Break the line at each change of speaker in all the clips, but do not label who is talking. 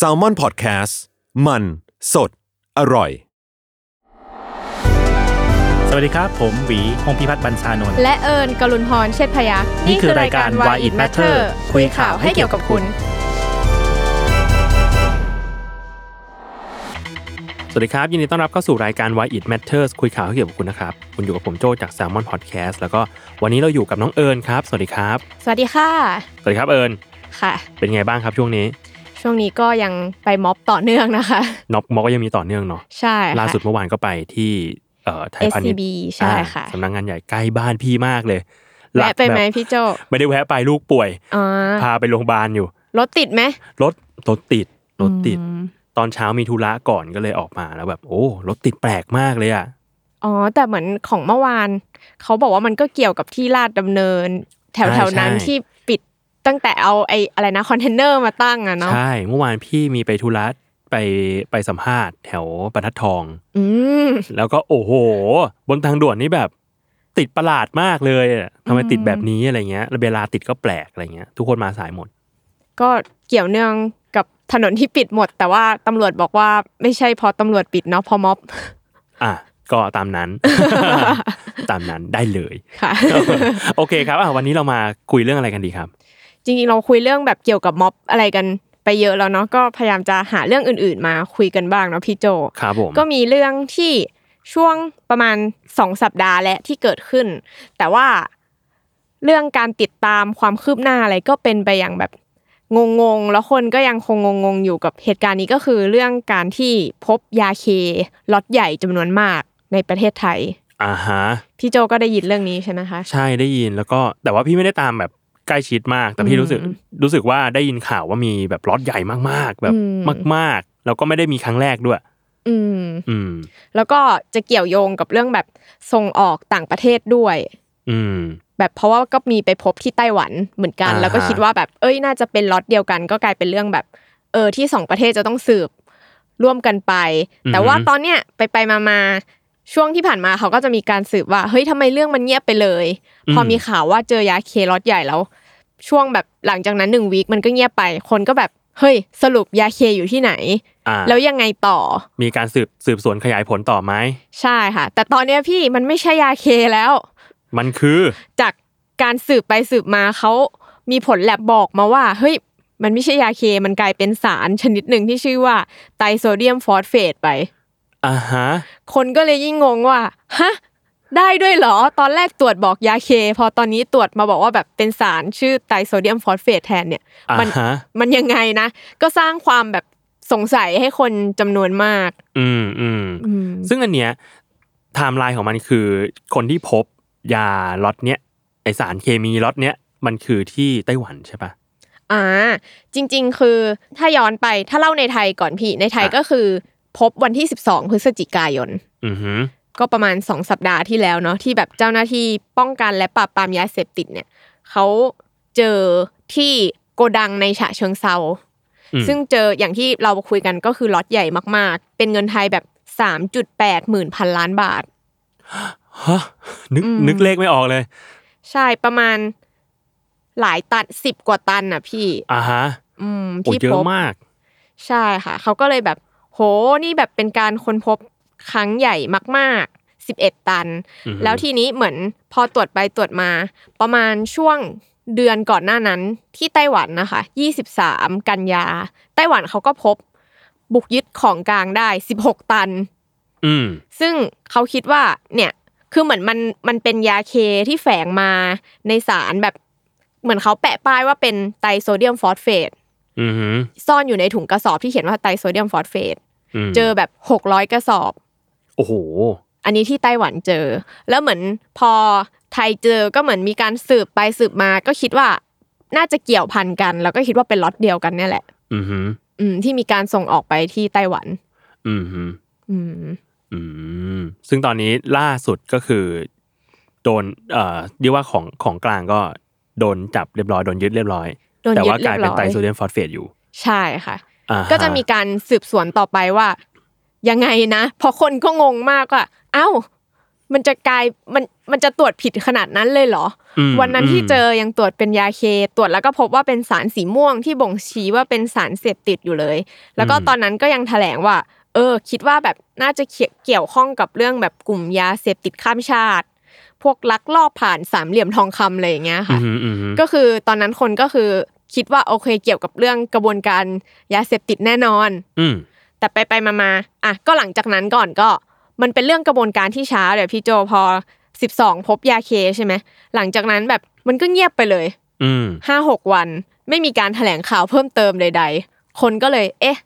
s a l ม o n PODCAST มันสดอร่อย
สวัสดีครับ ผมหวีพงพิพัฒน์บรรชานนท์
และเอิญกลุนพรเชษพยัก
นี่คือรายการ Why It Matter คุยข่าวให้เกี่ยวกับคุณ สวัสดีครับ ยินดีต้อนรับเข้าสู่รายการ Why It Matters คุยข่าวให้เกี่ยวกับคุณนะครับ คุณอยู่กับผมโจจาก Salmon Podcast แล้วก็วันนี้เราอยู่กับน้องเอิญครับ สวัสดีครับ
สวัสดีค่ะ
สวัสดีครับเอิญ
ค่ะ
เป็นไงบ้างครับช่วงนี้
ช่วงนี้ก็ยังไปม็อบต่อเนื่องนะคะ
น็อกมอก็ยังมีต่อเนื่องเนาะ
ใช่ค่ะ
ล่าสุดเมื่อวานก็ไปที่เอ่อไทยพาณิชย์
SCB ใช่ค่ะ
อ่าสำนักงานใหญ่ใกล้บ้านพี่มากเลย
แวะไปไหม
บบ
พี่โจ
ไม่ได้แวะไปลูกป่วย
อ่า
พาไปโรงพยาบาลอยู่
รถติดไหม
รถรถติดรถติด
อืม
ตอนเช้ามีธุระก่อนก็เลยออกมาแล้วแบบ โอ้รถติดแปลกมากเลยอ่ะ
อ๋อแต่เหมือนของเมื่อวาน เขาบอกว่ามันก็เกี่ยวกับที่ลาดดำเนิน แถวแถวๆนั้นที่ปิดตั้งแต่เอาไอ้อะไรนะคอนเทนเนอร์มาตั้งอะเนาะ
ใช่เมื่อวานพี่มีไปธุระไปไปสัมภาษณ์แถวบรรทัดทอง
อืม
แล้วก็โอ้โห บนทางด่วนนี่แบบ ติดประหลาดมากเลยอะทำไม
อืม
ติดแบบนี้อะไรเงี้ยแล้วเวลาติดก็แปลกอะไรเงี้ย ทุกคนมาสายหมด
ก็เกี่ยวเนื่องกับถนนที่ปิดหมด แต่ว่าตำรวจบอกว่าไม่ใช่เพอตำรวจปิดเนาะเพอม็อบ
อ่ะก็ตามนั้น ตามนั้นได้เลย
ค่ะ
โอเคครับอ่ะวันนี้เรามาคุยเรื่องอะไรกันดีครับ
จริงๆเราคุยเรื่องแบบเกี่ยวกับม็อบอะไรกันไปเยอะแล้วเนาะก็พยายามจะหาเรื่องอื่นๆมาคุยกันบ้างเนาะพี่โจ
ครับผม
ก็มีเรื่องที่ช่วงประมาณสองสัปดาห์และที่เกิดขึ้น แต่ว่าเรื่องการติดตามความคืบหน้าอะไรก็เป็นไปอย่างแบบงงๆแล้วคนก็ยังคงงงๆอยู่กับเหตุการณ์นี้ก็คือเรื่องการที่พบยาเคล็อตใหญ่จำนวนมากในประเทศไทย
อ่าฮะ
พี่โจก็ได้ยินเรื่องนี้ใช่ไหมคะ
ใช่ได้ยินแล้วก็แต่ว่าพี่ไม่ได้ตามแบบใกล้ชิดมาก แต่พี่รู้สึก
อืม
รู้สึกว่าได้ยินข่าวว่ามีแบบล็อตใหญ่มากๆ แบบ
อืม
มากๆ แล้วก็ไม่ได้มีครั้งแรกด้วย
อืม
อืม
แล้วก็จะเกี่ยวโยงกับเรื่องแบบส่งออกต่างประเทศด้วย
อืม
แบบเพราะว่าก็มีไปพบที่ไต้หวันเหมือนกัน
อ่าฮะ
แล้วก็คิดว่าแบบเอ้ยน่าจะเป็นล็อตเดียวกัน ก็กลายเป็นเรื่องแบบ เออที่สองประเทศจะต้องสืบร่วมกันไป แต่ว่าตอนเนี้ยไปไปมามาช่วงที่ผ่านมาเขาก็จะมีการสืบว่าเฮ้ยทำไมเรื่องมันเงียบไปเลย พอมีข่าวว่าเจอยาเคล็อตใหญ่แล้ว ช่วงแบบหลังจากนั้นหนึ่งวีคมันก็เงียบไป คนก็แบบเฮ้ยสรุปยาเคอยู่ที่ไหน
อ่า
แล้วยังไงต่อ
มีการสืบสืบสวนขยายผลต่อไหม
ใช่ค่ะ แต่ตอนเนี้ยพี่มันไม่ใช่ยาเคแล้ว
มันคือ
จากการสืบไปสืบมาเขามีผลแลบบอกมาว่า เฮ้ย มันไม่ใช่ยาเค มันกลายเป็นสารชนิดหนึ่งที่ชื่อว่าไตรโซเดียมฟอสเฟตไป
อ่าฮะ
คนก็เลยยิ่งงงว่า ฮะ ได้ด้วยเหรอ ตอนแรกตรวจบอกยาเค พอตอนนี้ตรวจมาบอกว่าแบบเป็นสารชื่อไตรโซเดียมฟอสเฟตแทนเนี่ย
อ่า
มัน
ฮะ
มันยังไงนะ ก็สร้างความแบบสงสัยให้คนจำนวนมาก
อืมอืม
อืม
ซึ่งอันเนี้ยไทม์ไลน์ของมันคือ คนที่พบยาล็อตเนี้ยไอสารเคมีล็อตเนี้ยมันคือที่ไต้หวันใช่ปะ
อ่าจริงๆ คือถ้าย้อนไปถ้าเล่าในไทยก่อนพี่ในไทย
อ่ะ
ก็คือ พบวันที่ 12 พฤศจิกายน
อือฮึ
ก็ประมาณ 2 สัปดาห์ที่แล้วเนาะที่แบบเจ้าหน้าที่ป้องกันและปราบปรามยาเสพติดเนี่ยเขาเจอที่โกดังในฉะเชิงเซา
อืม
ซึ่งเจออย่างที่เราคุยกันก็คือล็อตใหญ่มากๆ เป็นเงินไทยแบบ 3.8หมื่นพันล้านบาท
ฮะนึก
อืม
นึกเลขไม่ออกเลย
ใช่ประมาณหลายตันสิบกว่าตันน่ะพี่
อ่าฮะ
อืม
โอ้
ที่
เย
พ
อะ
บ
มาก
ใช่ค่ะ เขาก็เลยแบบ โห นี่แบบเป็นการค้นพบครั้งใหญ่มาก ๆ 11 ตัน
อือฮึ
แล้วทีนี้เหมือนพอตรวจไปตรวจมา ประมาณช่วงเดือนก่อนหน้านั้นที่ไต้หวันนะคะ 23 กันยา ไต้หวันเขาก็พบ บุกยึดของกลางได้ 16 ตัน
อืม
ซึ่งเขาคิดว่าเนี่ยคือเหมือนมันมันเป็นยาเคที่แฝงมาในสารแบบเหมือนเขาแปะป้ายว่าเป็นไตรโซเดียมฟอสเฟต
อือหือ
ซ่อนอยู่ในถุงกระสอบที่เขียนว่าไตรโซเดียมฟอสเฟต
ม
เจอแบบ 600 กระสอบ
โอ้โห
อันนี้ที่ไต้หวันเจอ แล้วเหมือนพอไทยเจอก็เหมือนมีการสืบไปสืบมาก็คิดว่าน่าจะเกี่ยวพันกัน แล้วก็คิดว่าเป็นล็อตเดียวกันเนี่ยแหละ
อือหือ
อืมที่มีการส่งออกไปที่ไต้หวัน
อือหือ
อืม
อืมซึ่งตอนนี้ล่าสุดก็คือ โดน เอ่อเรียกว่าของของกลางก็โดนจับเรียบร้อยโดนยึดเรียบร้อย
โดน
แต่
ยึด
ว่าก
เรี
ลาย ย
บ
เป็น
ร้อ
ไตร
ย
โซเดียมฟอสเฟตอยู่
ใช่ค่ะ
อ่าฮ
ก็จะมีการสืบสวนต่อไปว่า ยังไงนะเพอคนก็งงมากว่าเอ้า มันจะกลายมันมันจะตรวจผิดขนาดนั้นเลยเหรอ
อืม
วันนั้นที่
ม
เจอยังตรวจเป็นยาเค ตรวจแล้วก็พบว่าเป็นสารสีม่วงที่บ่งชี้ว่าเป็นสารเสพติดอยู่เลย แล้วก็ตอนนั้นก็ยังแถลงว่า เออ คิดว่าแบบน่าจะเกี่ยวเกี่ยวข้องกับเรื่องแบบกลุ่มยาเสพติดข้ามชาติ พวกลักลอบผ่านสามเหลี่ยมทองคำอะไรอย่างเงี้ย
อื
ค่ะ
มอืม
ก็คือตอนนั้นคนก็คือคิดว่าโอเคเกี่ยวกับเรื่องกระบวนการยาเสพติดแน่นอน
อืม
แต่ไปไปมามาอ่ะก็หลังจากนั้นก่อนก็ มันเป็นเรื่องกระบวนการที่ช้าเดี๋ยวพี่โจพอ 12 พบยาเคใช่ไหมหลังจากนั้นแบบมันก็เงียบไปเลย
อืม
5-6 วัน ไม่มีการแถลงข่าวเพิ่มเติมใด ๆ คนก็เลย เอ๊ะ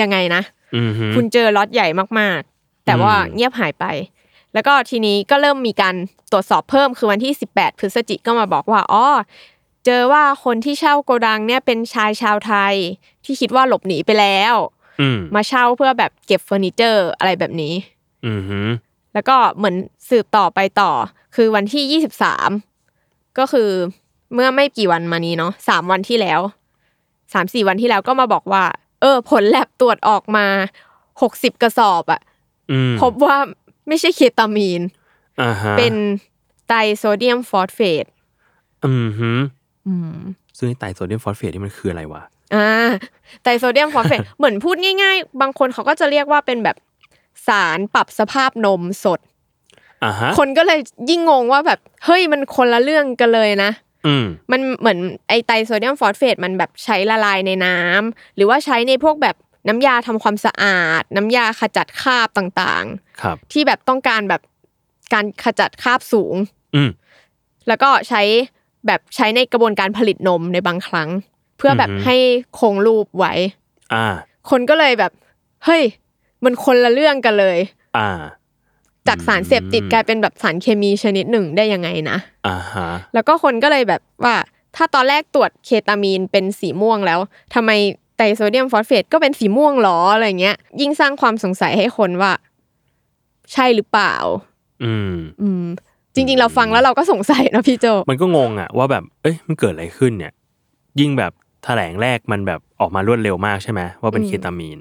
ยังไงนะ
อืม
คุณเจอล็อตใหญ่มากๆ แต่ว่า
อืม
เงียบหายไป แล้วก็ทีนี้ก็เริ่มมีการตรวจสอบเพิ่มคือวันที่ 18 พฤศจิกก็มาบอกว่าอ๋อเจอว่าคนที่เช่าโกดังเนี่ยเป็นชายชาวไทย ที่คิดว่าหลบหนีไปแล้ว
อืม
มาเช่าเพื่อแบบเก็บเฟอร์นิเจอร์อะไรแบบนี้
อืมอืม
แล้วก็เหมือนสืบต่อไปต่อ คือวันที่ 23 ก็คือเมื่อไม่กี่วันมานี้เนาะสามวันที่แล้วสามสี่วันที่แล้วก็มาบอกว่า เออ ผลแลบตรวจออกมาหกสิบกระสอบอะ
อืม
พบว่าไม่ใช่เคตามีน
อ่าฮะ
เป็นไตรโซเดียมฟอสเฟต
อืมฮึ
อืม
ซึ่งไตรโซเดียมฟอสเฟตนี่มันคืออะไรวะ
อ่าไตรโซเดียมฟอสเฟต เหมือนพูดง่าย ๆ บางคนเขาก็จะเรียกว่าเป็นแบบสารปรับสภาพนมสด
อ่าฮะ
คนก็เลยยิ่งงงว่าแบบ เฮ้ยมันคนละเรื่องกันเลยนะ
อืม
มันเหมือนไอไตรโซเดียมฟอสเฟตมันแบบใช้ละลายในน้ำหรือว่าใช้ในพวกแบบน้ำยาทำความสะอาด น้ำยาขจัดคราบต่าง
ครับ
ๆ ที่แบบต้องการแบบการขจัดคราบสูง
อืม
แล้วก็ใช้แบบใช้ในกระบวนการผลิตนมในบางครั้ง เพื่อแบบ
อือหือ
ให้คงรูปไว้
อ่า
คนก็เลยแบบเฮ้ยมันคนละเรื่องกันเลย
อ่า
จากสารเสพติดกลายเป็นแบบสารเคมีชนิดหนึ่งได้ยังไงนะ
อ่าฮะ
แล้วก็คนก็เลยแบบว่า ถ้าตอนแรกตรวจเคตามีนเป็นสีม่วงแล้วทำไมไตรโซเดียมฟอสเฟตก็เป็นสีม่วงหรออะไรเงี้ย ยิ่งสร้างความสงสัยให้คนว่า ใช่หรือเปล่า
อืม
อืม จริง ๆ เราฟังแล้วเราก็สงสัยนะพี่โจ
มันก็งงอะว่าแบบ เอ้ย มันเกิดอะไรขึ้นเนี่ย ยิ่งแบบแถลงแรกมันแบบออกมารวดเร็วมากใช่ไหมว่าเป็น
อืม
เคตามีน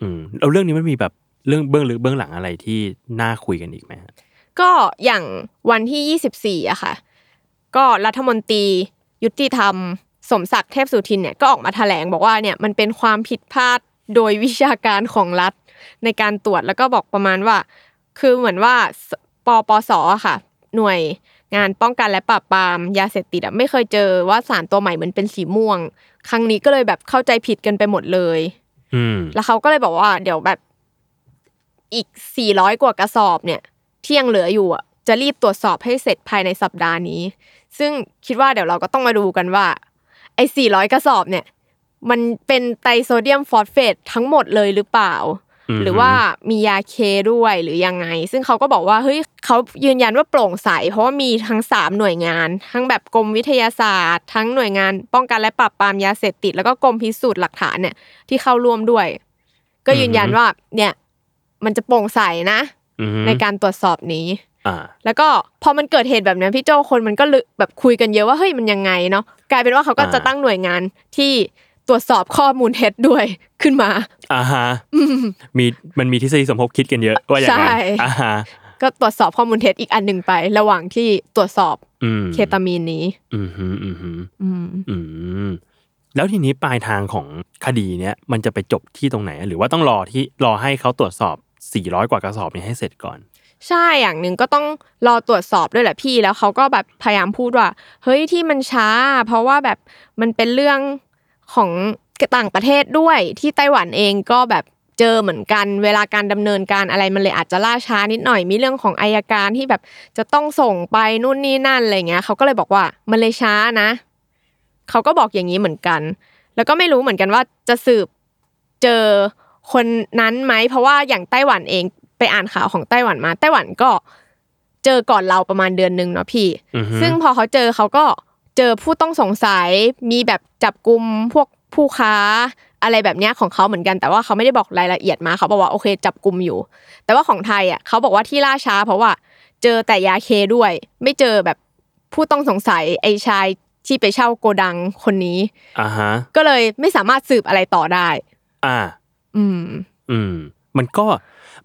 อืมแล้วเรื่องนี้มันมีแบบเรื่องเบื้องลึกเบื้องหลังอะไรที่น่าคุยกันอีกไหมฮะ
ก็อย่างวันที่ 24อะค่ะ ก็รัฐมนตรี ยุติธรรม สมศักดิ์เทพสุทินเนี่ยก็ออกมาแถลงบอกว่าเนี่ยมันเป็นความผิดพลาดโดยวิชาการของรัฐ ในการตรวจแล้วก็บอกประมาณว่า คือเหมือนว่าสปปสอะค่ะ หน่วยงานป้องกันและปราบปรามยาเสพติดอะไม่เคยเจอว่าสารตัวใหม่เหมือนเป็นสีม่วง ครั้งนี้ก็เลยแบบเข้าใจผิดกันไปหมดเลย
อืม
แล้วเขาก็เลยบอกว่า เดี๋ยวแบบอีก 400 กว่ากระสอบเนี่ย ที่ยังเหลืออยู่อ่ะจะรีบตรวจสอบให้เสร็จภายในสัปดาห์นี้ ซึ่งคิดว่าเดี๋ยวเราก็ต้องมาดูกันว่า ไอ้ 400 กระสอบเนี่ย มันเป็นไตรโซเดียมฟอสเฟตทั้งหมดเลยหรือเปล่า
ม
หรือว่ามียาเคด้วยหรือยังไง ซึ่งเขาก็บอกว่าเฮ้ยเขายืนยันว่าโปร่งใส เพราะว่ามีทั้งสามหน่วยงาน ทั้งแบบกรมวิทยาศาสตร์ ทั้งหน่วยงานป้องกันและปราบปรามยาเสพติด แล้วก็กรมพิสูจน์หลักฐานเนี่ยที่เข้าร่วมด้วย ก็ยืนยันว่าเนี่ยมันจะโปร่งใสนะ
อืม
ในการตรวจสอบนี้
อ่า
แล้วก็พอมันเกิดเหตุแบบเนี้ยพี่โจคนมันก็ลึกแบบคุยกันเยอะว่าเฮ้ยมันยังไงเนาะกลายเป็นว่าเขาก็
อ่า
จะตั้งหน่วยงานที่ตรวจสอบข้อมูลเท็จด้วยขึ้นมา
อ่าฮะมีมันมีทฤษฎีสมคบคิดกันเยอะว่าอย่างนั้น
ใช่
อ่าฮะ
ก็ตรวจสอบข้อมูลเท็จอีกอันหนึ่งไป ระหว่างที่ตรวจสอบ
อืม
เคตามีนนี้
อืมฮึอืมฮึ
อืม
อืมแล้วทีนี้ปลายทางของคดีเนี้ยมันจะไปจบที่ตรงไหน หรือว่าต้องรอที่รอให้เขาตรวจสอบ 400 กว่ากระสอบนี้ให้เสร็จก่อน
ใช่อย่างหนึ่งก็ต้องรอตรวจสอบด้วยแหละพี่แล้วเขาก็แบบพยายามพูดว่า เฮ้ยที่มันช้า เพราะว่าแบบมันเป็นเรื่องของต่างประเทศด้วย ที่ไต้หวันเองก็แบบเจอเหมือนกันเวลาการดำเนินการอะไรมันเลยอาจจะล่าช้านิดหน่อยมีเรื่องของอายการที่แบบจะต้องส่งไปนู่นนี่นั่นอะไรเงี้ยเขาก็เลยบอกว่ามันเลยช้านะเขาก็บอกอย่างนี้เหมือนกัน แล้วก็ไม่รู้เหมือนกันว่าจะสืบเจอคนนั้นไหม เพราะว่าอย่างไต้หวันเองไปอ่านข่าวของไต้หวันมา ไต้หวันก็เจอก่อนเราประมาณเดือนหนึ่งเนาะพี่
อือฮึ
ซึ่งพอเขาเจอเขาก็เจอผู้ต้องสงสัยมีแบบจับกลุ่มพวกผู้ค้าอะไรแบบเนี้ยของเขาเหมือนกันแต่ว่าเขาไม่ได้บอกรายละเอียดมาเขาบอกว่าโอเค จับกลุ่มอยู่ แต่ว่าของไทยอ่ะเขาบอกว่าที่ล่าช้า เพราะว่าเจอแต่ยาเคด้วย ไม่เจอแบบผู้ต้องสงสัยไอชายที่ไปเช่าโกดังคนนี้
อ่าฮะ
ก็เลยไม่สามารถสืบอะไรต่อได้
อ่า
อืม
อืม มันก็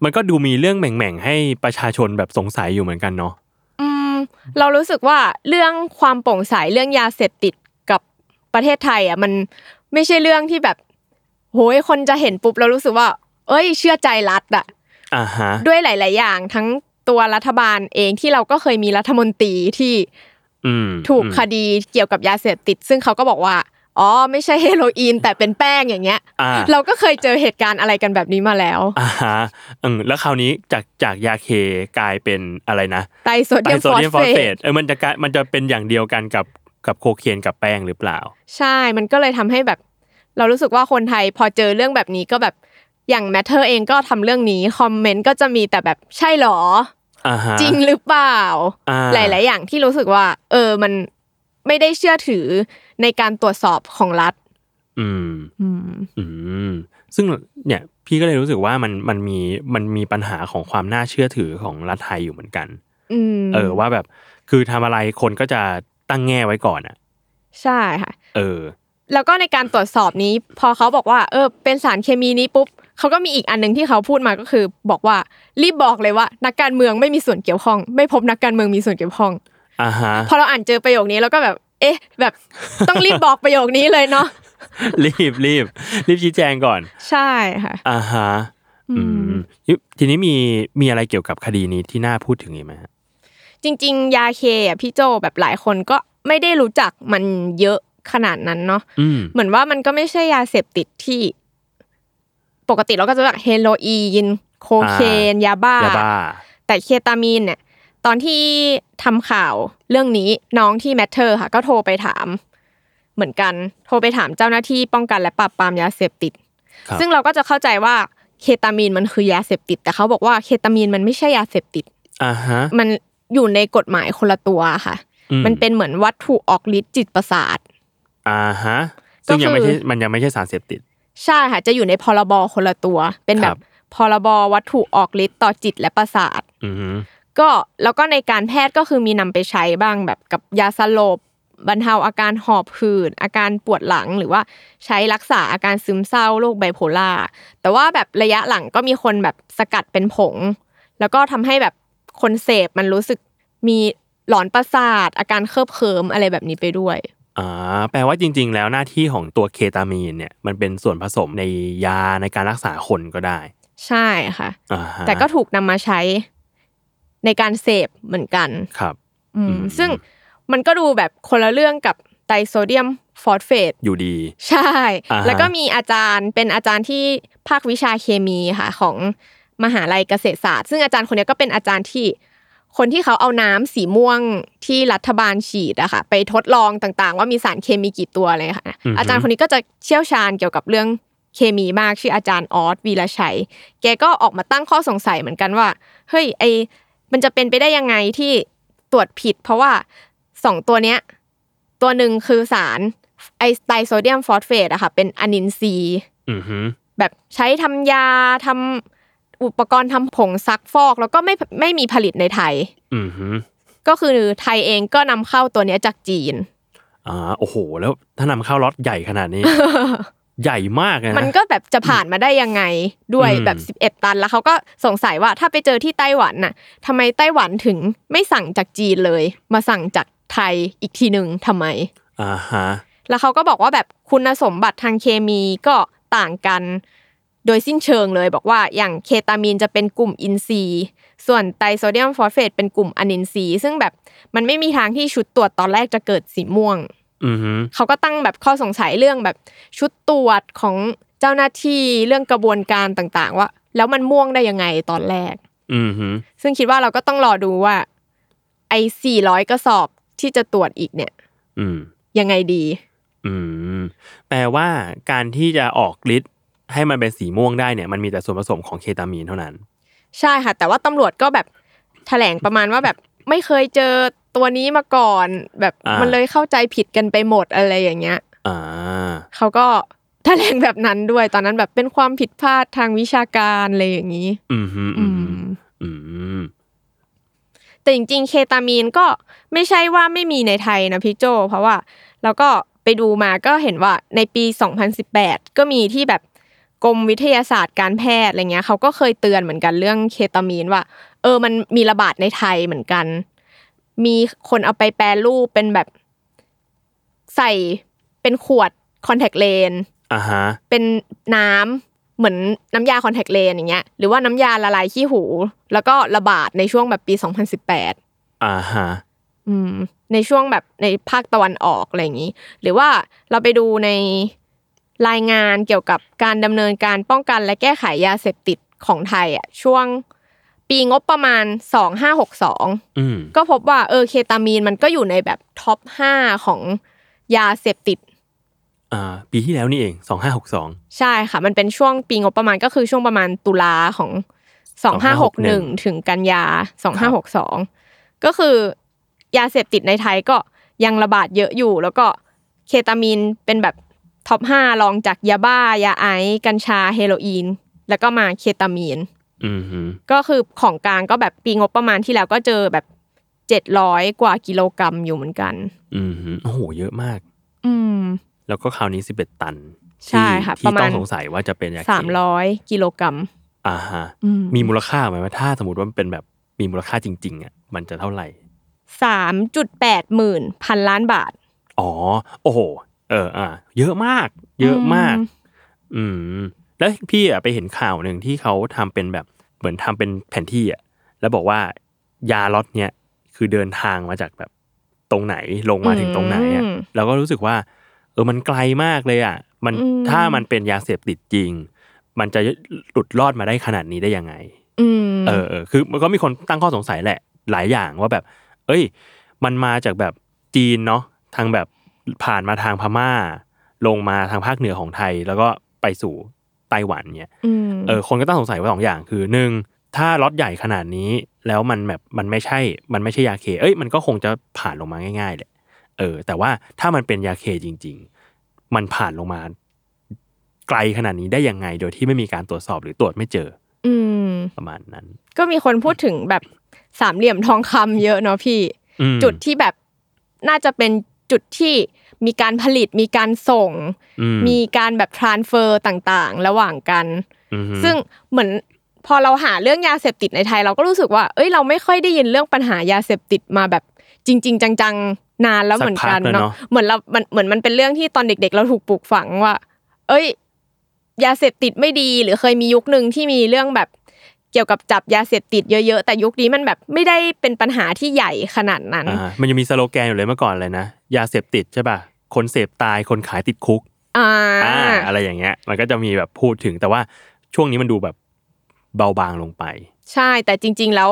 มันก็ดูมีเรื่องแหม่งๆ ให้ประชาชนแบบสงสัยอยู่เหมือนกันเนาะ
อืมเรารู้สึกว่าเรื่องความโปร่งใสเรื่องยาเสพติดกับประเทศไทยอ่ะมันไม่ใช่เรื่องที่แบบโหยคนจะเห็นปุ๊บเรารู้สึกว่า เอ้ย เชื่อใจรัฐอ่ะ
อ่าฮะ
ด้วยหลาย ๆ อย่างทั้งตัวรัฐบาลเองที่เราก็เคยมีรัฐมนตรีที่
อืม
ถูก
อืม
คดีเกี่ยวกับยาเสพติด ซึ่งเขาก็บอกว่า อ๋อ ไม่ใช่เฮ โรอีน แต่เป็นแป้งอย่างเงี้ย
อ่า
เราก็เคยเจอเหตุการณ์อะไรกันแบบนี้มาแล้ว
อ่าฮะอืมแล้วคราวนี้จากจากยาเคกลายเป็นอะไรนะ
ไตรโซเดียม
ไโซ
ฟอส
เดียมฟอ
เฟ
สเฟ
ต
ตเออมันจะกลายมันจะเป็นอย่างเดียวกันกับกับโคเคนกับแป้งหรือเปล่า
ใช่ มันก็เลยทำให้แบบ เรารู้สึกว่าคนไทยพอเจอเรื่องแบบนี้ก็แบบอย่างแมทเธอร์เองก็ทำเรื่องนี้คอมเมนต์ก็จะมีแต่แบบใช่หรอ
อ่าฮะ
จริงหรือเปล่า
อ่า
หลาย ๆ อย่างที่รู้สึกว่า เออมันไม่ได้เชื่อถือในการตรวจสอบของรัฐ
อืม
อืม
อืมซึ่งเนี่ยพี่ก็เลยรู้สึกว่ามันมันมีมันมีปัญหาของความน่าเชื่อถือของรัฐไทยอยู่เหมือนกัน
อืม
เออว่าแบบคือทำอะไรคนก็จะตั้งแง่ไว้ก่อนอ่ะ
ใช่ค่ะ
เออ
แล้วก็ในการตรวจสอบนี้ พอเขาบอกว่า เออ เป็นสารเคมีนี้ปุ๊บเขาก็มีอีกอันหนึ่งที่เขาพูดมาก็คือ บอกว่ารีบบอกเลยว่า นักการเมืองไม่มีส่วนเกี่ยวข้อง ไม่พบนักการเมืองมีส่วนเกี่ยวข้อง
อ่าฮะ
พอเราอ่านเจอประโยคนี้แล้วก็แบบ เอ๊ะ แบบต้องรีบบอกประโยคนี้เลยเนาะ
รีบรีบรีบชี้แจงก่อน
ใช่ค่ะ
อ่าฮะ
อื
อื
ม
มทีนี้มีมีอะไรเกี่ยวกับคดีนี้ที่น่าพูดถึงอีกไหมฮะ
จริง ๆ ยาเคอ่ะพี่โจแบบหลายคนก็ไม่ได้รู้จักมันเยอะขนาดนั้นเนาะ
อืม
เหมือนว่ามันก็ไม่ใช่ยาเสพติดที่ ปกติเราก็จะแบบเฮโรอีน โคเคน ยาบ้า
ยาบ้า
แต่เคตามีนเนี่ย ตอนที่ทำข่าวเรื่องนี้น้องที่แมทเ e อร์ค่ะ ก็โทรไปถาม เหมือนกัน โทรไปถามเจ้าหน้าที่ป้องกันและปราบปรามยาเสพติด
ครับ
ซึ่งเราก็จะเข้าใจว่าเคตามีนมันคือยาเสพติด แต่เขาบอกว่าเคตามีนมันไม่ใช่ยาเสพติด
อ่าฮะ
มันอยู่ในกฎหมายคนละตัวค่ะ
อื
มันเป็นเหมือนวัตถุออกฤทธิ์จิตประสาท
อ่าฮะ ซึ่งยังไม่
ก็คื
ใช่
อ
มันยังไม่ใช่สารเสพติด
ใช่ค่ะ จะอยู่ในพรบคนละตัว เป็นแบ
ครับ บ
พรบวัตถุออกฤทธิ์ต่อจิตและประสาท
อืม
ก็แล้วก็ในการแพทย์ก็คือมีนำไปใช้บ้างแบบกับยาสลบบรรเทาอาการหอบหืดอาการปวดหลังหรือว่าใช้รักษาอาการซึมเศร้าโรคไบโพล่าแต่ว่าแบบระยะหลังก็มีคนแบบสกัดเป็นผง แล้วก็ทำให้แบบคนเสพมันรู้สึกมีหลอนประสาท อาการเคลิบเคลิมอะไรแบบนี้ไปด้วย
อ่า แปลว่าจริง ๆ แล้วหน้าที่ของตัวเคตามีนเนี่ย มันเป็นส่วนผสมในยาในการรักษาคนก็ได้
ใช่ค่ะ
อ่าฮะ
แต่ก็ถูกนำมาใช้ในการเสพเหมือนกัน
ครับ
อื
อื
ม
ม
ซึ่งมันก็ดูแบบคนละเรื่องกับไตรโซเดียมฟอสเฟต
อยู่ดี
ใช่
อ่าฮะ
แล้วก็มีอาจารย์เป็นอาจารย์ที่ภาควิชาเคมีค่ะ ของมหาลัยเกษตรศาสตร์ ซึ่งอาจารย์คนเนี้ยก็เป็นอาจารย์ที่ คนที่เขาเอาน้ำสีม่วงที่รัฐบาลฉีดอะค่ะ ไปทดลองต่างๆ ว่ามีสารเคมีกี่ตัวอะไรค่ะ อาจารย์คนนี้ก็จะเชี่ยวชาญเกี่ยวกับเรื่องเคมีมากชื่ออาจารย์ออสวีระชัย แกก็ออกมาตั้งข้อสงสัยเหมือนกันว่า เฮ้ยไอมันจะเป็นไปได้ยังไงที่ตรวจผิด เพราะว่าสองตัวเนี้ยตัวหนึ่งคือสารไอไตรโซเดียมฟอสเฟตอะค่ะเป็นอนินทรีย์
อือฮึ
แบบใช้ทำยาทำอุปกรณ์ทำผงซักฟอก แล้วก็ไม่ไม่มีผลิตในไทย
อือฮึ
ก็คือไทยเองก็นำเข้าตัวเนี้ยจากจี น
อ่า โอ้โห แล้วถ้านำเข้าล็อตใหญ่ขนา ดนี้ ใหญ่มากเลยนะ
มันก็แบบจะผ่านมาได้ยังไงด้วย
อืม
แบบ 11 ตันแล้วเขาก็สงสัยว่าถ้าไปเจอที่ไต้หวันน่ะทำไมไต้หวันถึงไม่สั่งจากจีนเลย มาสั่งจากไทยอีกทีหนึ่งทำไม
อ่าฮะ
แล้วเขาก็บอกว่าแบบคุณสมบัติทางเคมีก็ต่างกัน โดยสิ้นเชิงเลยบอกว่าอย่างเคตามีนจะเป็นกลุ่มอินทรีย์ ส่วนไตรโซเดียมฟอสเฟตเป็นกลุ่มอนินทรีย์ซึ่งแบบมันไม่มีทางที่ชุดตรวจตอนแรกจะเกิดสีม่วง
อือฮึ
เขาก็ตั้งแบบข้อสงสัยเรื่องแบบชุดตรวจของเจ้าหน้าที่เรื่องกระบวนการต่างๆ ว่า แล้วมันม่วงได้ยังไงตอนแรก
อือฮึ
ซึ่งคิดว่าเราก็ต้องรอดูว่า ไอ้400 กระสอบที่จะตรวจอีกเนี่ย
อืม
ยังไงดี
อืม แปลว่าการที่จะออกฤทธิ์ให้มันเป็นสีม่วงได้เนี่ย มันมีแต่ส่วนผสมของเคตามีนเท่านั้น
ใช่ค่ะ แต่ว่าตำรวจก็แบบแถลงประมาณว่าแบบไม่เคยเจอตัวนี้มาก่อน แบบ
อ่ามั
มันเลยเข้าใจผิดกันไปหมดอะไรอย่างเงี้ย
อ่า
เขาก็แถลงแบบนั้นด้วยตอนนั้นแบบเป็นความผิดพลาดทางวิชาการอะไรอย่างนี้
อือฮึ
อื
อือฮึ
ม
อืม
แต่จริงๆ เคตามีนก็ไม่ใช่ว่าไม่มีในไทยนะพี่โจ เพราะว่าเราก็ไปดูมาก็เห็นว่าในปี 2018 ก็มีที่แบบ กรมวิทยาศาสตร์การแพทย์อะไรเงี้ยเขาก็เคยเตือนเหมือนกันเรื่องเคตามีนว่า เออมันมีระบาดในไทยเหมือนกัน มีคนเอาไปแปรรูปเป็นแบบใส่เป็นขวดคอนแทคเลน
อ่าฮะ
เป็นน้ำเหมือนน้ำยาคอนแทคเลนอย่างเงี้ยหรือว่าน้ำยาละลายขี้หู แล้วก็ระบาดในช่วงแบบปี 2018
อ่าฮะ
อืมในช่วงแบบในภาคตะวันออกอะไรอย่างงี้ หรือว่าเราไปดูในรายงานเกี่ยวกับการดำเนินการป้องกันและแก้ไขยาเสพติดของไทยอ่ะช่วงปีงบประมาณ 2562
อืม
ก็พบว่าเออเคตามีนมันก็อยู่ในแบบท็อป 5 ของยาเสพติด
อ่า ปีที่แล้วนี่เองสองห้าหกสอง
ใช่ค่ะ มันเป็นช่วงปีงบประมาณก็คือช่วงประมาณตุลาของสองห้าหกหนึ่ง
2561
ถึงกันยาสองห้าหกสองก็คือยาเสพติดในไทยก็ยังระบาดเยอะอยู่ แล้วก็เคตามีนเป็นแบบท็อปห้ารองจากยาบ้ายาไอซ์กัญชาเฮโรอีน แล้วก็มาเคตามีน
อืมฮึ
ก็คือของกลางก็แบบปีงบประมาณที่แล้วก็เจอแบบเจ็ดร้อยกว่ากิโลกรัมอยู่เหมือนกัน
อืมฮึโอ้โห เยอะมาก
อืม
แล้วก็คราวนี้สิบเอ็ดตัน
ใช่ค่ะ
ที่
ประมาณ
ต้องสงสัยว่าจะเป็นยาเค
สามร้อยกิโลกรัม
อ่าฮะ
อื
มีมูลค่าไหมว่าถ้าสมมติว่ามันเป็นแบบมีมูลค่าจริง ๆอ่ะมันจะเท่าไหร่
สามจุดแปดหมื่นพันล้านบาท
อ๋อ โอ้โห เออ อ่า เยอะมาก เยอะมาก อืม แล้วพี่อ่ะไปเห็นข่าวหนึ่งที่เขาทำเป็นแบบเหมือนทำเป็นแผนที่อ่ะ แล้วบอกว่ายาล็อตเนี้ยคือเดินทางมาจากแบบตรงไหนลงมาถึงตรงไหนอ่ะ
อืม
เราก็รู้สึกว่า เออมันไกลมากเลยอ่ะ มัน
อืม
ถ้ามันเป็นยาเสพติดจริง มันจะหลุดรอดมาได้ขนาดนี้ได้ยังไง
อืม
เออเออคือมันก็มีคนตั้งข้อสงสัยแหละ หลายอย่างว่าแบบ เอ้ย มันมาจากแบบจีนเนาะทางแบบผ่านมาทางพม่า ลงมาทางภาคเหนือของไทย แล้วก็ไปสู่ไต้หวันเนี่ย
ม
เออคนก็ตั้งสงสัยไว้สองอย่างคือหนึ่งถ้าล็อตใหญ่ขนาดนี้แล้วมันแบบมันไม่ใช่ มันไม่ใช่ยาเค เอ้ยมันก็คงจะผ่านลงมาง่ายๆแหละเออ แต่ว่าถ้ามันเป็นยาเคจริง ๆ มันผ่านลงมาไกลขนาดนี้ได้ยังไง โดยที่ไม่มีการตรวจสอบหรือตรวจไม่เจอ
อืม
ประมาณนั้น
ก็มีคนพูดถึงแบบสามเหลี่ยมทองคำเยอะเนาะพี่
อืม
จุดที่แบบน่าจะเป็นจุดที่มีการผลิตมีการส่ง
อื
มีการแบบ transfer ต่างๆ ระหว่างกัน
อือฮึ
ซึ่งเหมือนพอเราหาเรื่องยาเสพติดในไทย เราก็รู้สึกว่า เอ้ยเราไม่ค่อยได้ยินเรื่องปัญหายาเสพติดมาแบบจริง ๆ จังๆนานแล้วเหมือนกันเนาะเหมือนเรามันเหมือนมันเป็นเรื่องที่ตอนเด็ก ๆ เราถูกปลูกฝังว่า เอ้ย ยาเสพติดไม่ดีหรือเคยมียุคหนึ่งที่มีเรื่องแบบเกี่ยวกับจับยาเสพติดเยอะๆ แต่ยุคนี้มันแบบไม่ได้เป็นปัญหาที่ใหญ่ขนาดนั้น
อ่ามันยังมีสโลแกนอยู่เลยเมื่อก่อนเลยนะ ยาเสพติดใช่ป่ะ คนเสพตายคนขายติดคุก
อ่า
อ่าอะไรอย่างเงี้ย มันก็จะมีแบบพูดถึงแต่ว่าช่วงนี้มันดูแบบเบาบางลงไป
ใช่แต่จริง ๆ แล้ว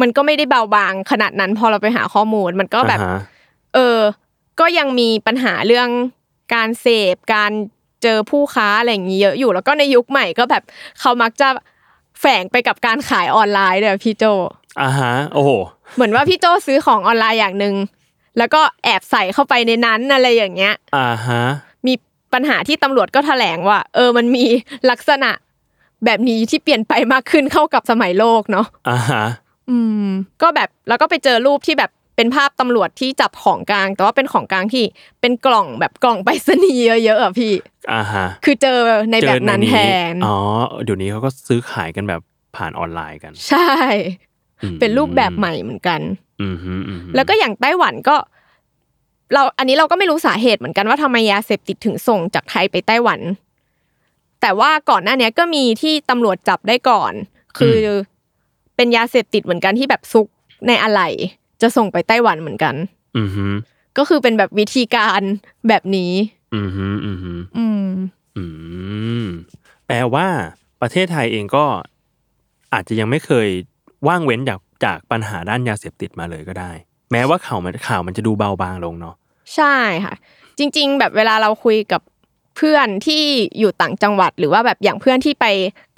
มันก็ไม่ได้เบาบางขนาดนั้น พอเราไปหาข้อมูลมันก็แบบ
อ่าฮะ
เออ ก็ยังมีปัญหาเรื่องการเสพ การเจอผู้ค้าอะไรอย่างนี้เยอะอยู่ แล้วก็ในยุคใหม่ก็แบบเขามักจะแฝงไปกับการขายออนไลน์เลยอะพี่โจ
อ่าฮะโอ้โห
เหมือนว่าพี่โจซื้อของออนไลน์อย่างหนึ่งแล้วก็แอบใส่เข้าไปในนั้นอะไรอย่างเงี้ย
อ่าฮะ
มีปัญหาที่ตำรวจก็แถลงว่า เออ มันมีลักษณะแบบนี้ที่เปลี่ยนไปมากขึ้นเข้ากับสมัยโลกเนาะ
อ่าฮะ
อืมก็แบบแล้วก็ไปเจอรูปที่แบบเป็นภาพตำรวจที่จับของกลาง แต่ว่าเป็นของกลางที่เป็นกล่องแบบกล่องไปรษณีย์เยอะๆอ่ะพี่
อ่าฮะ
คือเจอในแบบนั้น
เจอ
แทน
อ๋อ เดี๋ยวนี้เขาก็ซื้อขายกันแบบผ่านออนไลน์กัน
ใช่
อืม
เป็นรูปแบบใหม่เหมือนกัน
อืมฮึอืมฮึ
แล้วก็อย่างไต้หวันก็ เราอันนี้เราก็ไม่รู้สาเหตุเหมือนกันว่าทำไมยาเสพติดถึงส่งจากไทยไปไต้หวัน แต่ว่าก่อนหน้าเนี้ยก็มีที่ตำรวจจับได้ก่อน คืออเป็นยาเสพติดเหมือนกันที่แบบซุกในอะไร จะส่งไปไต้หวันเหมือนกัน
อืมฮึ
ก็คือเป็นแบบวิธีการแบบนี้
อืมฮึอืมฮึ
อืม
อืมแปลว่าประเทศไทยเองก็อาจจะยังไม่เคยว่างเว้นจากจากปัญหาด้านยาเสพติดมาเลยก็ได้ แม้ว่าข่าวมันข่าวมันจะดูเบาบางลงเนาะ
ใช่ค่ะ จริง ๆ แบบเวลาเราคุยกับเพื่อนที่อยู่ต่างจังหวัด หรือว่าแบบอย่างเพื่อนที่ไป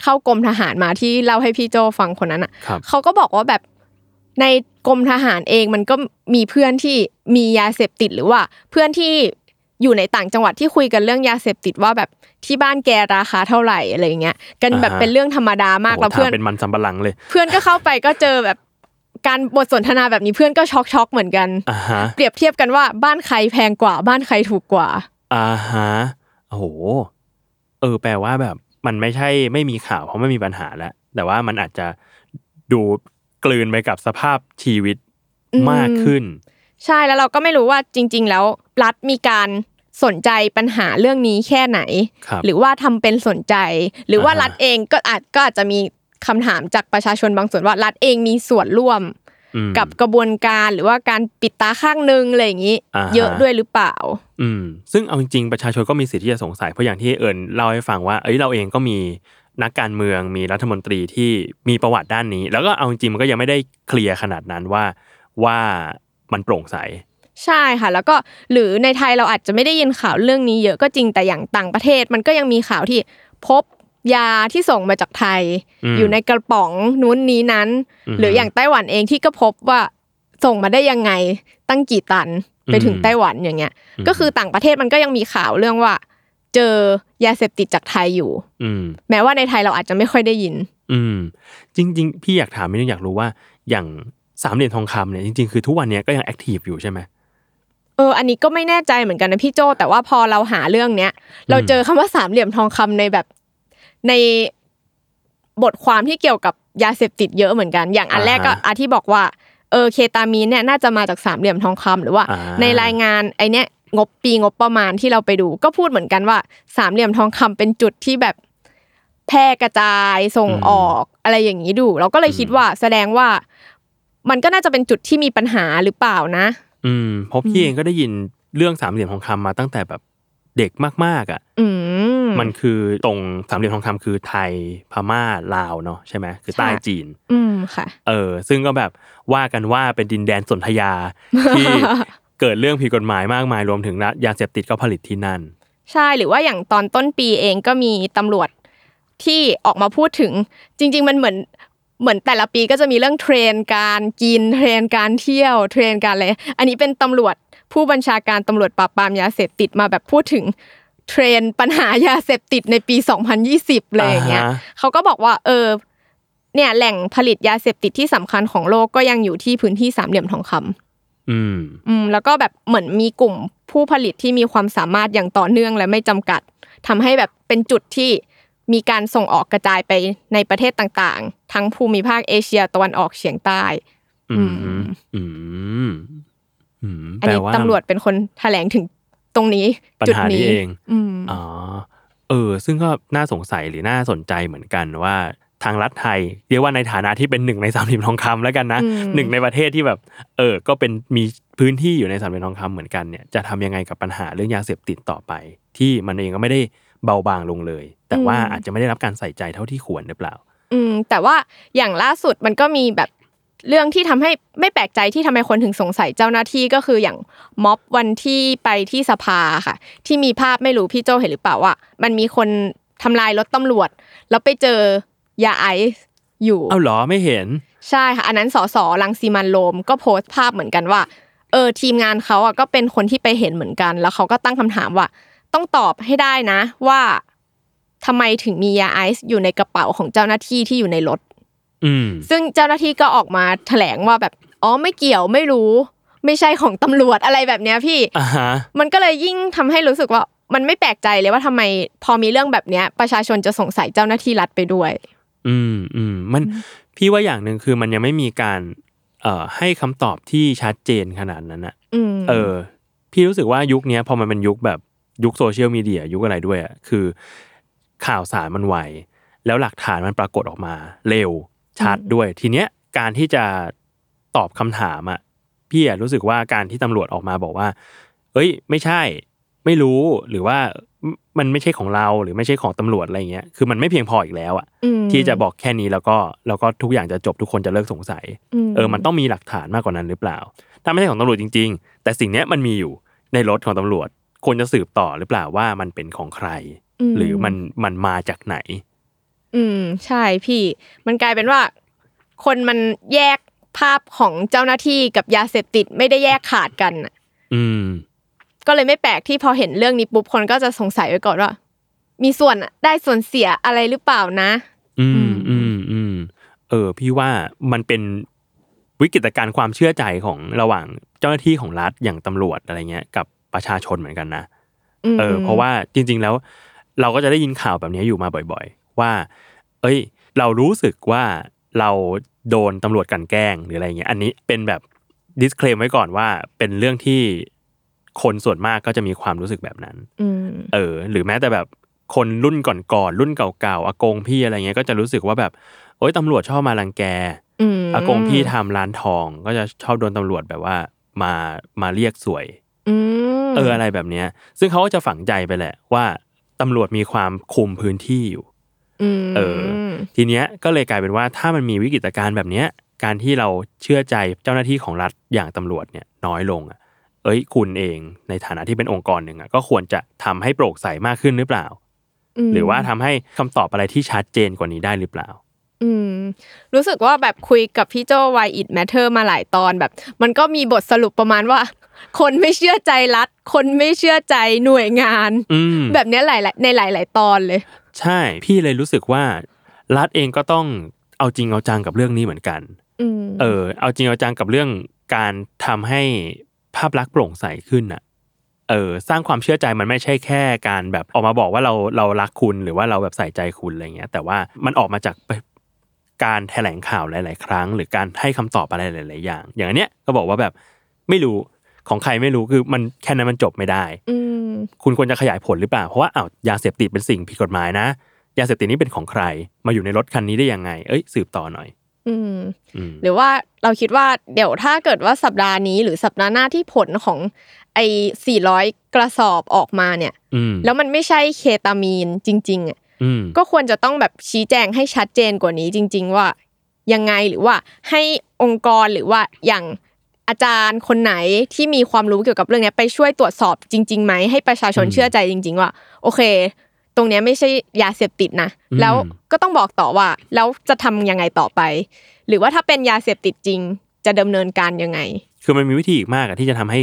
เข้ากรมทหารมาที่เล่าให้พี่โจฟังคนนั้นอ่ะ
ครับ
เขาก็บอกว่าแบบในกรมทหารเองมันก็มีเพื่อนที่มียาเสพติดหรือว่าเพื่อนที่อยู่ในต่างจังหวัดที่คุยกันเรื่องยาเสพติดว่าแบบที่บ้านแกราคาเท่าไหร่อะไรอย่างเงี้ยกันแบบ
อ่าฮะ
เป็นเรื่องธรรมดามาก
โอ้
แล้ว
โห
เพื่อน
ถามเป็นมันสำปะหลังเลย
เพื่อนก็เข้าไปก็เจอแบบการบทสนทนาแบบนี้เพื่อนก็ช็อกช็อกๆเหมือนกัน
อ่าฮะ
เปรียบเทียบกันว่าบ้านใครแพงกว่าบ้านใครถูกกว่า
อ่าฮะโอ้โหเออ แปลว่าแบบ มันไม่ใช่ไม่มีข่าวเพราะไม่มีปัญหาแล้ว แต่ว่ามันอาจจะดูกลืนไปกับสภาพชีวิต
อืม
มากขึ้น
ใช่แล้วเราก็ไม่รู้ว่าจริง ๆ แล้วรัฐมีการสนใจปัญหาเรื่องนี้แค่ไหน
ครับ
หรือว่าทำเป็นสนใจ หรือว่า
อ่าฮะ
รัฐเองก็อาจก็อาจจะมีคำถามจากประชาชนบางส่วนว่ารัฐเองมีส่วนร่วม
อืม
กับกระบวนการหรือว่าการปิดตาข้างนึงอะไรอย่างนี้
อ่าฮะ
เยอะด้วยหรือเปล่า
อืมซึ่งเอาจริงๆประชาชนก็มีสิทธิ์ที่จะสงสัยเพราะอย่างที่เอิญเล่าให้ฟังว่า เอ้ยเราเองก็มีนักการเมืองมีรัฐมนตรีที่มีประวัติด้านนี้ แล้วก็เอาจริงๆมันก็ยังไม่ได้เคลียร์ขนาดนั้นว่าว่ามันโปร่งใส
ใช่ค่ะ แล้วก็หรือในไทยเราอาจจะไม่ได้ยินข่าวเรื่องนี้เยอะก็จริงแต่อย่างต่างประเทศ มันก็ยังมีข่าวที่พบยาที่ส่งมาจากไทย
อืม
อยู่ในกระป๋องนู้นนี้นั้น
อืม
หรืออย่างไต้หวันเองที่ก็พบว่าส่งมาได้ยังไงตั้งกี่ตันไปถึง
อืม
ไต้หวันอย่างเงี้ย ก็คือต่างประเทศมันก็ยังมีข่าวเรื่องว่า เจอยาเสพติดจากไทยอยู่
อืม
แม้ว่าในไทยเราอาจจะไม่ค่อยได้ยิน
อืมจริง ๆ พี่อยากถามนิดนึงอยากรู้ว่าอย่างสามเหลี่ยมทองคำเนี่ยจริงๆคือทุกวันเนี้ยก็ยังแอคทีฟอยู่ใช่ไหม
เออ อันนี้ก็ไม่แน่ใจเหมือนกันนะพี่โจ แต่ว่าพอเราหาเรื่องเนี้ย เราเจอคำว่าสามเหลี่ยมทองคำในแบบในบทความที่เกี่ยวกับยาเสพติดเยอะเหมือนกัน อย่างอันแรกก็
อ่าฮะ
อาที่บอกว่า เออ เคตามีนเนี่ยน่าจะมาจากสามเหลี่ยมทองคำหรือว่า
อ่า
ในรายงานไอเนี้ยงบปีงบประมาณที่เราไปดู ก็พูดเหมือนกันว่า สามเหลี่ยมทองคำเป็นจุดที่แบบแพร่กระจายส่งออกอะไรอย่างนี้ดู เราก็เลยคิดว่าแสดงว่า มันก็น่าจะเป็นจุดที่มีปัญหาหรือเปล่านะ
อืมเพราะพี่เองก็ได้ยินเรื่องสามเหลี่ยมทองคำมาตั้งแต่แบบเด็กมากๆอ่ะ
อืม
มันคือตรงสามเหลี่ยมทองคำคือไทยพม่าลาวเนาะใช่ไหมคือใต้
ใช่
จีน
อืมค่ะ
เออซึ่งก็แบบว่ากันว่าเป็นดินแดนสนธยา ที่เกิดเรื่องผิดกฎหมายมากมายรวมถึงยาเสพติดก็ผลิตที่นั่น
ใช่หรือว่าอย่างตอนต้นปีเองก็มีตำรวจที่ออกมาพูดถึง จริง ๆ มันเหมือนเหมือนแต่ละปีก็จะมีเรื่องเทรนการกินเทรนการเที่ยวเทรนการอะไรอันนี้เป็นตำรวจผู้บัญชาการตำรวจปราบปรามยาเสพติดมาแบบพูดถึงเทรนปัญหายาเสพติดในปี 2020อะไรอย่างเงี้ย
อ่าฮะ
เขาก็บอกว่าเออเนี่ยแหล่งผลิตยาเสพติดที่สำคัญของโลกก็ยังอยู่ที่พื้นที่สามเหลี่ยมทองคำ
อืม
อืมแล้วก็แบบเหมือนมีกลุ่มผู้ผลิตที่มีความสามารถอย่างต่อเนื่องและไม่จำกัดทำให้แบบเป็นจุดที่มีการส่งออกกระจายไปในประเทศต่างๆ ทั้งภูมิภาคเอเชียตะวันออกเฉียงใต้
อืม อืมอืม
อัน
แปล
นี้
ว่า
ตำรวจเป็นคนแถลงถึงตรงนี้
ปัญ
จุด
หา
นี้
นี้เอง
อืม
อ๋อ เออ ซึ่งก็น่าสงสัยหรือน่าสนใจเหมือนกันว่าทางรัฐไทย เรียกว่าในฐานะที่เป็นหนึ่งในสามเหลี่ยมทองคำแล้วกันนะหนึ่งในประเทศที่แบบ เออ ก็เป็นมีพื้นที่อยู่ในสามเหลี่ยมทองคำเหมือนกันเนี่ยจะทำยังไงกับปัญหาเรื่องยาเสพติดต่อไป ที่มันเองก็ไม่ได้เบาบางลงเลย แต่ว่าอาจจะไม่ได้รับการใส่ใจเท่าที่ควรหรือเปล่า
อืมแต่ว่าอย่างล่าสุดมันก็มีแบบเรื่องที่ทำให้ไม่แปลกใจที่ทำไมคนถึงสงสัยเจ้าหน้าที่ก็คืออย่างม็อบวันที่ไปที่สภาค่ะ ที่มีภาพไม่รู้พี่โจเห็นหรือเปล่าว่า มันมีคนทำลายรถตำรวจ แล้วไปเจอยาไอซ์อยู่
เอ้าเหรอไม่เห็น
ใช่ค่ะ อันนั้นสสรังสีมันโรมก็โพสต์ภาพเหมือนกันว่า เออทีมงานเขาอ่ะก็เป็นคนที่ไปเห็นเหมือนกัน แล้วเขาก็ตั้งคำถามว่า ต้องตอบให้ได้นะว่าทำไมถึงมียาไอซ์อยู่ในกระเป๋าของเจ้าหน้าที่ที่อยู่ในรถ
อืม
ซึ่งเจ้าหน้าที่ก็ออกมาแถลงว่าแบบอ๋อไม่เกี่ยวไม่รู้ ไม่ใช่ของตำรวจอะไรแบบเนี้ยพี่
อ่าฮะ
มันก็เลยยิ่งทำให้รู้สึกว่ามันไม่แปลกใจเลยว่าทำไมพอมีเรื่องแบบเนี้ย ประชาชนจะสงสัยเจ้าหน้าที่รัฐไปด้วย
อืมอืมมันพี่ว่าอย่างหนึ่งคือมันยังไม่มีการเอ่อให้คำตอบที่ชัดเจนขนาดนั้นอะ
อืม
เออ พี่รู้สึกว่ายุคเนี้ยพอมันเป็นยุคแบบยุคโซเชียลมีเดียยุคอะไรด้วยอะคือข่าวสารมันไวแล้วหลักฐานมันปรากฏออกมา เร็วชัดด้วย ทีเนี้ยการที่จะตอบคำถามอะพี่อะรู้สึกว่าการที่ตำรวจออกมาบอกว่า เอ้ย ไม่ใช่ ไม่รู้หรือว่ามันไม่ใช่ของเราหรือไม่ใช่ของตำรวจอะไรเงี้ยคือมันไม่เพียงพออีกแล้วอะ
ม
ที่จะบอกแค่นี้แล้วก็แล้วก็ทุกอย่างจะจบทุกคนจะเลิกสงสัย เออมันต้องมีหลักฐานมากกว่านั้นหรือเปล่า ถ้าไม่ใช่ของตำรวจจริง ๆ แต่สิ่งเนี้ยมันมีอยู่ในรถของตำรวจควรจะสืบต่อหรือเปล่าว่ามันเป็นของใคร
ม
หรือมันมันมาจากไหน
อืมใช่พี่ มันกลายเป็นว่า คนมันแยกภาพของเจ้าหน้าที่กับยาเสพติดไม่ได้แยกขาดกันน่ะ
อืม
ก็เลยไม่แปลกที่พอเห็นเรื่องนี้ปุ๊บคนก็จะสงสัยไว้ก่อนว่า มีส่วนได้ส่วนเสียอะไรหรือเปล่านะ
อืม
อื
อื
ม
มอืมเออ พี่ว่ามันเป็นวิกฤตการณ์ความเชื่อใจของระหว่างเจ้าหน้าที่ของรัฐอย่างตำรวจอะไรเงี้ยกับประชาชนเหมือนกันนะ
ม
เออเพราะว่าจริง ๆ แล้ว เราก็จะได้ยินข่าวแบบนี้อยู่มาบ่อยๆ ว่า เอ้ย เรารู้สึกว่าเราโดนตำรวจกลันแกล้งหรืออะไรเงี้ย อันนี้เป็นแบบ disclaim ไว้ก่อนว่าเป็นเรื่องที่คนส่วนมากก็จะมีความรู้สึกแบบนั้น
อืม
เออหรือแม้แต่แบบคนรุ่นก่อนๆรุ่นเก่าๆอากงพี่อะไรเงี้ยก็จะรู้สึกว่าแบบโอ๊ยตำรวจชอบมารังแก
อืม
อากงพี่ทำร้านทอง ก็จะชอบโดนตำรวจแบบว่ามามาเรียกสวย
อืม
เอออะไรแบบเนี้ย ซึ่งเขาก็จะฝังใจไปแหละว่าตำรวจมีความคุมพื้นที่อยู่
ม
เออ ทีเนี้ยก็เลยกลายเป็นว่าถ้ามันมีวิกฤตการณ์แบบเนี้ยการที่เราเชื่อใจเจ้าหน้าที่ของรัฐอย่างตำรวจเนี่ยน้อยลงอ่ะ เอ้ยคุณเองในฐานะที่เป็นองค์กรหนึ่งอ่ะก็ควรจะทำให้โปร่งใสมากขึ้นหรือเปล่า
ม
หรือว่าทำให้คำตอบอะไรที่ชัดเจนกว่านี้ได้หรือเปล่า
อืมรู้สึกว่าแบบคุยกับพี่โจ Why It Matter มาหลายตอนแบบ มันก็มีบทสรุปประมาณว่า คนไม่เชื่อใจรัฐ คนไม่เชื่อใจหน่วยงาน
อืม
แบบเนี้ยหลายๆในหลาย ๆ ตอนเลย
ใช่ พี่เลยรู้สึกว่า รัฐเองก็ต้องเอาจริงเอาจังกับเรื่องนี้เหมือนกัน
อืม
เออ เอาจริงเอาจังกับเรื่องการทำให้ภาพลักษณ์โปร่งใสขึ้นน่ะ เออ สร้างความเชื่อใจมันไม่ใช่แค่การแบบออกมาบอกว่าเราเรารักคุณหรือว่าเราแบบใส่ใจคุณอะไรเงี้ย แต่ว่ามันออกมาจากการแถลงข่าวหลาย ๆ ครั้ง หรือการให้คำตอบอะไรหลาย ๆ อย่าง อย่างอันเนี้ยก็บอกว่าแบบไม่รู้ของใครไม่รู้คือมันแค่นั้นมันจบไม่ได้
อืม
คุณควรจะขยายผลหรือเปล่า เพราะว่าอ้าวยาเสพติดเป็นสิ่งผิดกฎหมายนะ ยาเสพติดนี้เป็นของใคร มาอยู่ในรถคันนี้ได้ยังไง เอ้ยสืบต่อหน่อย
อืม
อืม
หรือว่าเราคิดว่าเดี๋ยวถ้าเกิดว่าสัปดาห์นี้หรือสัปดาห์หน้าที่ผลของไอ้400 กระสอบออกมาเนี่ย
อืม
แล้วมันไม่ใช่เคตามีนจริงๆอะ
อืม
ก็ควรจะต้องแบบชี้แจงให้ชัดเจนกว่านี้จริง ๆ ว่ายังไงหรือว่าให้องค์กรหรือว่าอย่างอาจารย์คนไหนที่มีความรู้เกี่ยวกับเรื่องเนี้ยไปช่วยตรวจสอบจริงๆไหมให้ประชาชน
อืม
เชื่อใจจริง ๆ ว่า โอเค ตรงเนี้ยไม่ใช่ยาเสพติดนะ
อืม
แล้วก็ต้องบอกต่อว่าแล้วจะทำยังไงต่อไป หรือว่าถ้าเป็นยาเสพติดจริง จะดำเนินการยังไง
คือมันมีวิธีอีกมากอะที่จะทำให้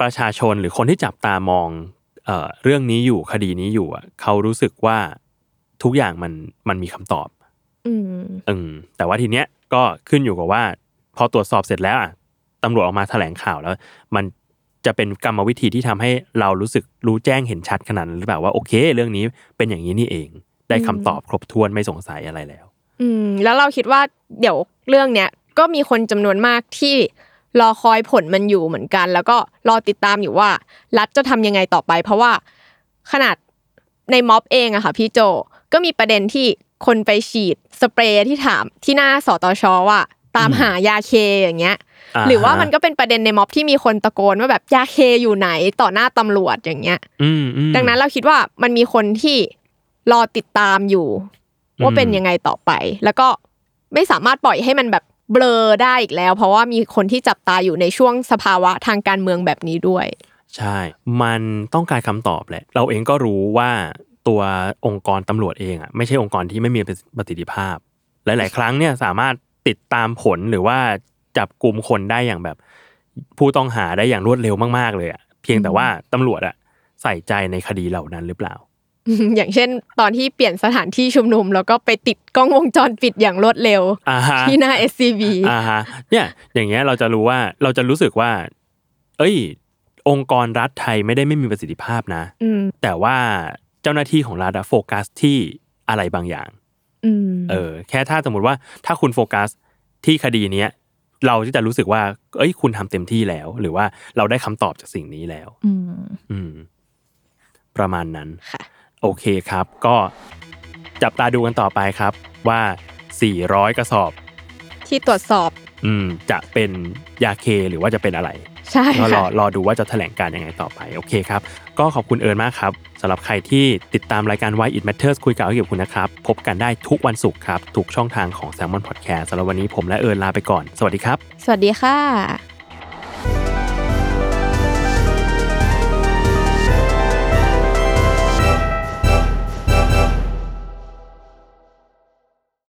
ประชาชนหรือคนที่จับตามองเอ่อเรื่องนี้อยู่คดีนี้อยู่อะเขารู้สึกว่าทุกอย่างมันมันมีคำตอบ
อืม
อืมแต่ว่าทีเนี้ยก็ขึ้นอยู่กับว่า พอตรวจสอบเสร็จแล้วอะตำรวจออกมาแถลงข่าวแล้ว มันจะเป็นกรรมวิธีที่ทำให้เรารู้สึกรู้แจ้งเห็นชัดขนาดนั้นหรือเปล่าว่าโอเค เรื่องนี้เป็นอย่างนี้นี่เอง ได้คำตอบครบถ้วนไม่สงสัยอะไรแล้ว
อืมแล้วเราคิดว่าเดี๋ยวเรื่องเนี้ยก็มีคนจำนวนมากที่รอคอยผลมันอยู่เหมือนกัน แล้วก็รอติดตามอยู่ว่า รัฐจะทำยังไงต่อไป เพราะว่าขนาดในม็อบเองอะค่ะพี่โจก็มีประเด็นที่คนไปฉีดสเปรย์ที่ถามที่หน้าสตชว่าตามหายาเคอย่างเงี้ย หรือว่ามันก็เป็นประเด็นในม็อบที่มีคนตะโกนว่าแบบยาเคอยู่ไหนต่อหน้าตำรวจอย่างเงี้ย
อืมอืม
ดังนั้นเราคิดว่ามันมีคนที่รอติดตามอยู่
อืม
ว่าเป็นยังไงต่อไป แล้วก็ไม่สามารถปล่อยให้มันแบบเบลอได้อีกแล้ว เพราะว่ามีคนที่จับตาอยู่ในช่วงสภาวะทางการเมืองแบบนี้ด้วย
ใช่ มันต้องการคำตอบแหละ เราเองก็รู้ว่าตัวองค์กรตำรวจเองอ่ะไม่ใช่องค์กรที่ไม่มีประสิทธิภาพ หลาย ๆ ครั้งเนี่ยสามารถติดตามผลหรือว่าจับกลุ่มคนได้อย่างแบบ ผู้ต้องหาได้อย่างรวดเร็วมาก ๆ เลยอ่ะ เพียงแต่ว่าตำรวจอ่ะใส่ใจในคดีเหล่านั้นหรือเปล่า
อย่างเช่น ตอนที่เปลี่ยนสถานที่ชุมนุม แล้วก็ไปติดกล้องวงจรปิดอย่างรวดเร็ว
อ่าฮะ
ที่หน้า SCB
อ่าฮะเนี่ยอย่างเงี้ยเราจะรู้ว่าเราจะรู้สึกว่า เอ้ย องค์กรรัฐไทยไม่ได้ไม่มีประสิทธิภาพนะ
อืม
แต่ว่าเจ้าหน้าที่ของรัฐอะโฟกัสที่อะไรบางอย่าง
อืม
เออแค่ถ้าสมมติว่าถ้าคุณโฟกัสที่คดีเนี้ยเราก็จะรู้สึกว่า เอ้ย คุณทำเต็มที่แล้ว หรือว่าเราได้คำตอบจากสิ่งนี้แล้ว
ม
อืม ประมาณนั้น
ค่ะ
โอเคครับ ก็จับตาดูกันต่อไปครับ ว่า 400 กระสอบ
ที่ตรวจสอบ
อืม จะเป็นยาเคหรือว่าจะเป็นอะไร
ใช่
ก็รอ
ค่ะ
รอดูว่าจะแถลงการยังไงต่อไป โอเคครับ ก็ขอบคุณเอิญมากครับสำหรับใครที่ติดตามรายการ Why It Matters คุยกับเอาเกี่ยวกับคุณนะครับ พบกันได้ทุกวันศุกร์ครับ ทุกช่องทางของ Salmon Podcast สำหรับวันนี้ผมและเอิญลาไปก่อน สวัสดีครับ
สวัสดีค่ะ